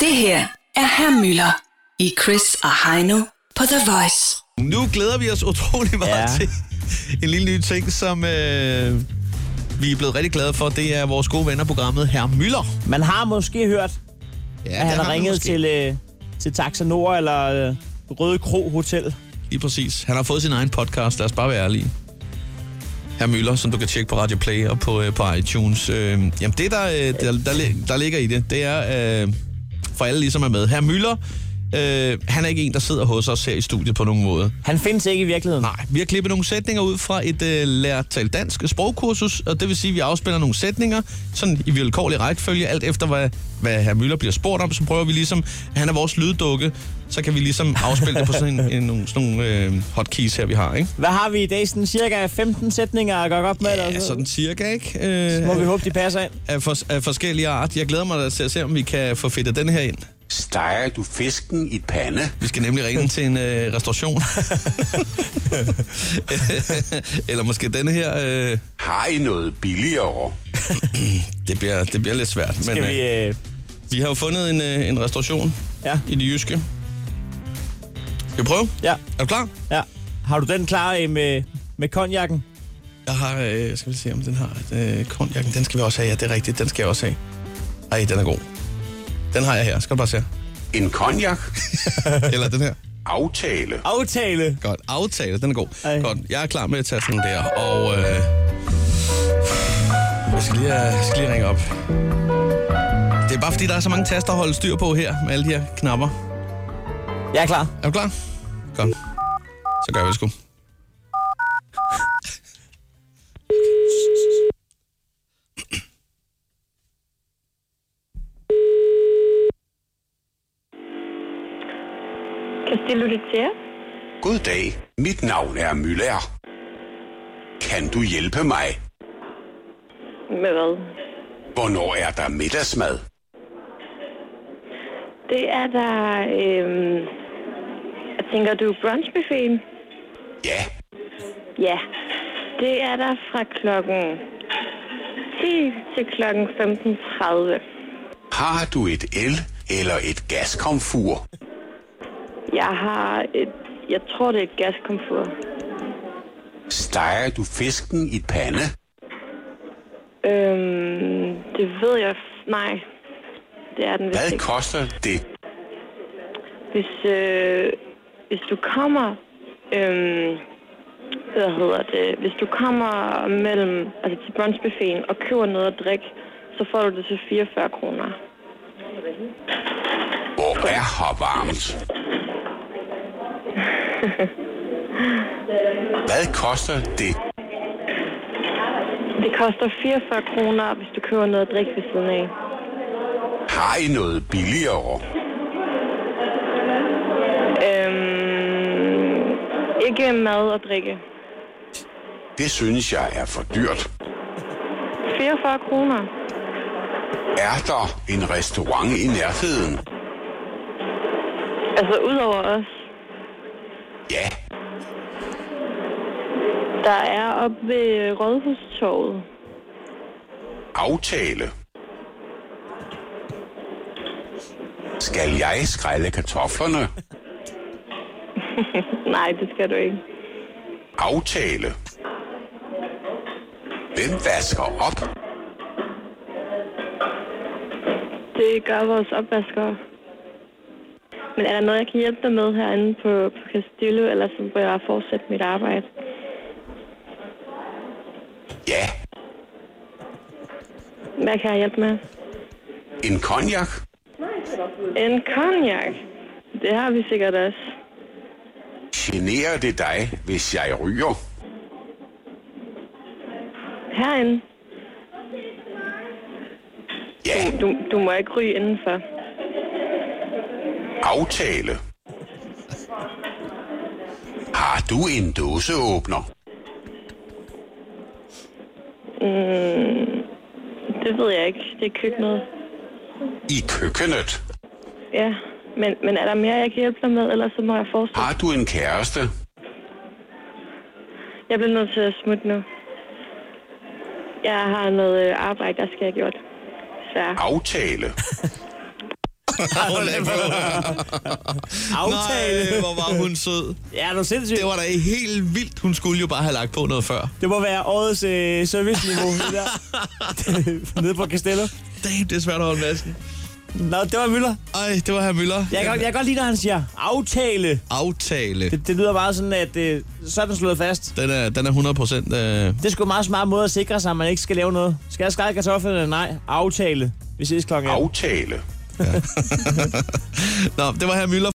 Det her er Herr Møller i Chris og Heino på The Voice. Nu glæder vi os utrolig meget ja. Ja. til en lille ny ting, som øh, vi er blevet rigtig glade for. Det er vores gode venner programmet Herr Møller. Man har måske hørt, Ja, at han det har man ringet måske. til, øh, til Taxa Nord eller øh, Røde Kro Hotel. Lige præcis. Han har fået sin egen podcast, lad os bare være ærlige. Herr Møller, som du kan tjekke på Radio Play og på, øh, på iTunes. Øh, jamen det, der, øh, der, der, lig- der ligger i det, det er øh, for alle ligesom er med. Herr Møller, øh, han er ikke en, der sidder hos os her i studiet på nogen måde. Han findes ikke i virkeligheden. Nej, vi har klippet nogle sætninger ud fra et øh, lært tal dansk sprogkursus, og det vil sige, at vi afspiller nogle sætninger, sådan i vilkårlig rækkefølge, alt efter hvad, hvad herr Møller bliver spurgt om, så prøver vi ligesom, at han er vores lyddukke, så kan vi ligesom afspille det på sådan, en, en, nogle, sådan nogle øh, hotkeys her, vi har, ikke? Hvad har vi i dag? Sådan cirka 15 sætninger at gøre op med? Ja, eller sådan cirka, ikke? Øh, Må vi håbe, de passer ind. af, for, af forskellige art. Jeg glæder mig da til at se, om vi kan få fedtet den her ind. Steger du fisken i pande? Vi skal nemlig ringe til en øh, restauration. Eller måske denne her. Øh, Har I noget billigere? det, bliver, det bliver lidt svært. men, Skal øh, vi... Øh, Vi har jo fundet en, øh, en restauration ja, i det jyske. Skal vi prøve? ja, Er du klar? ja. Har du den klar øh, med, med konjakken? Jeg har, øh, skal vi se om den har øh, konjakken. Den skal vi også have, ja, det er rigtigt. Den skal jeg også have. Ej, den er god. Den har jeg her. Skal du bare se her. En konjak? Eller den her. Aftale. Aftale! Godt. Aftale, den er god. Ej. Godt. Jeg er klar med at tage sådan der. Og øh, jeg, skal lige, øh, jeg skal lige ringe op. Det er bare fordi, der er så mange taster at holde styr på her med alle de her knapper. Jeg er klar. Er du klar? Godt. Så gør vi det sgu. Castillo de Tjer. God dag. Mit navn er Møller. Kan du hjælpe mig? Med hvad? Hvornår er der middagsmad? Det er der... Øhm, jeg tænker, du brunchbuffeten? Ja, Ja. Det er der fra klokken 10 til klokken 15.30. har du et el eller et gaskomfur? Jeg har et... Jeg tror, det er et gaskomfur. Steger du fisken i pande? Øhm, det ved jeg... f- Nej. Det er den vist Hvad ikke. koster det? Hvis, øh, hvis du kommer... Øhm, hvad hedder det? Hvis du kommer mellem, altså til brunchbuffeten og køber noget at drikke, så får du det til 44 kroner. Hvor er her varmt? Hvad koster det? Det koster 44 kroner, hvis du køber noget at drikke ved siden af. Har I noget billigere? Øhm, ikke mad og drikke. Det synes jeg er for dyrt. 44 kroner. Er der en restaurant i nærheden? Altså udover os, Ja. der er oppe ved øh, Rådhustorvet. Aftale. Skal jeg skrælle kartoflerne? Nej, det skal du ikke. Aftale. Hvem vasker op? Det gør vores opvaskere. Men er der noget, jeg kan hjælpe dig med herinde på, på Castillo, eller så må jeg fortsætte mit arbejde? Ja. Hvad kan jeg hjælpe med? En konjak? En cognac. Det har vi sikkert også. Generer det dig, hvis jeg ryger? Herinde. Ja. Du, du må ikke ryge indenfor. Aftale. Har du en dåseåbner? Det ved jeg ikke. Det er køkkenet. I køkkenet. Ja, men, men er der mere, jeg kan hjælpe dig med, eller så må jeg fortsætte? Har du en kæreste? Jeg bliver nødt til at smutte nu. Jeg har noget øh, arbejde, der skal have gjort. Så Aftale. Hun er på. Aftale. Nej, hvor var hun sød. Ja, er du sindssygt? Det var da helt vildt. Hun skulle jo bare have lagt på noget før. Det må være årets øh, serviceniveau, det der. Nede på Castello. Damn, det er svært at holde masken. Nå, det var Møller. Ej, det var her Møller. Jeg kan, godt- jeg kan godt lide, når han siger aftale. Aftale. Det, det lyder bare sådan, at øh, så er den slået fast. Den er, den er 100 procent... Øh, Det er sgu en meget smart måde at sikre sig, at man ikke skal lave noget. Skal jeg skrække kartoflerne? Nej. Aftale. Vi ses klokken 18. Aftale. Nå, det var her Møller.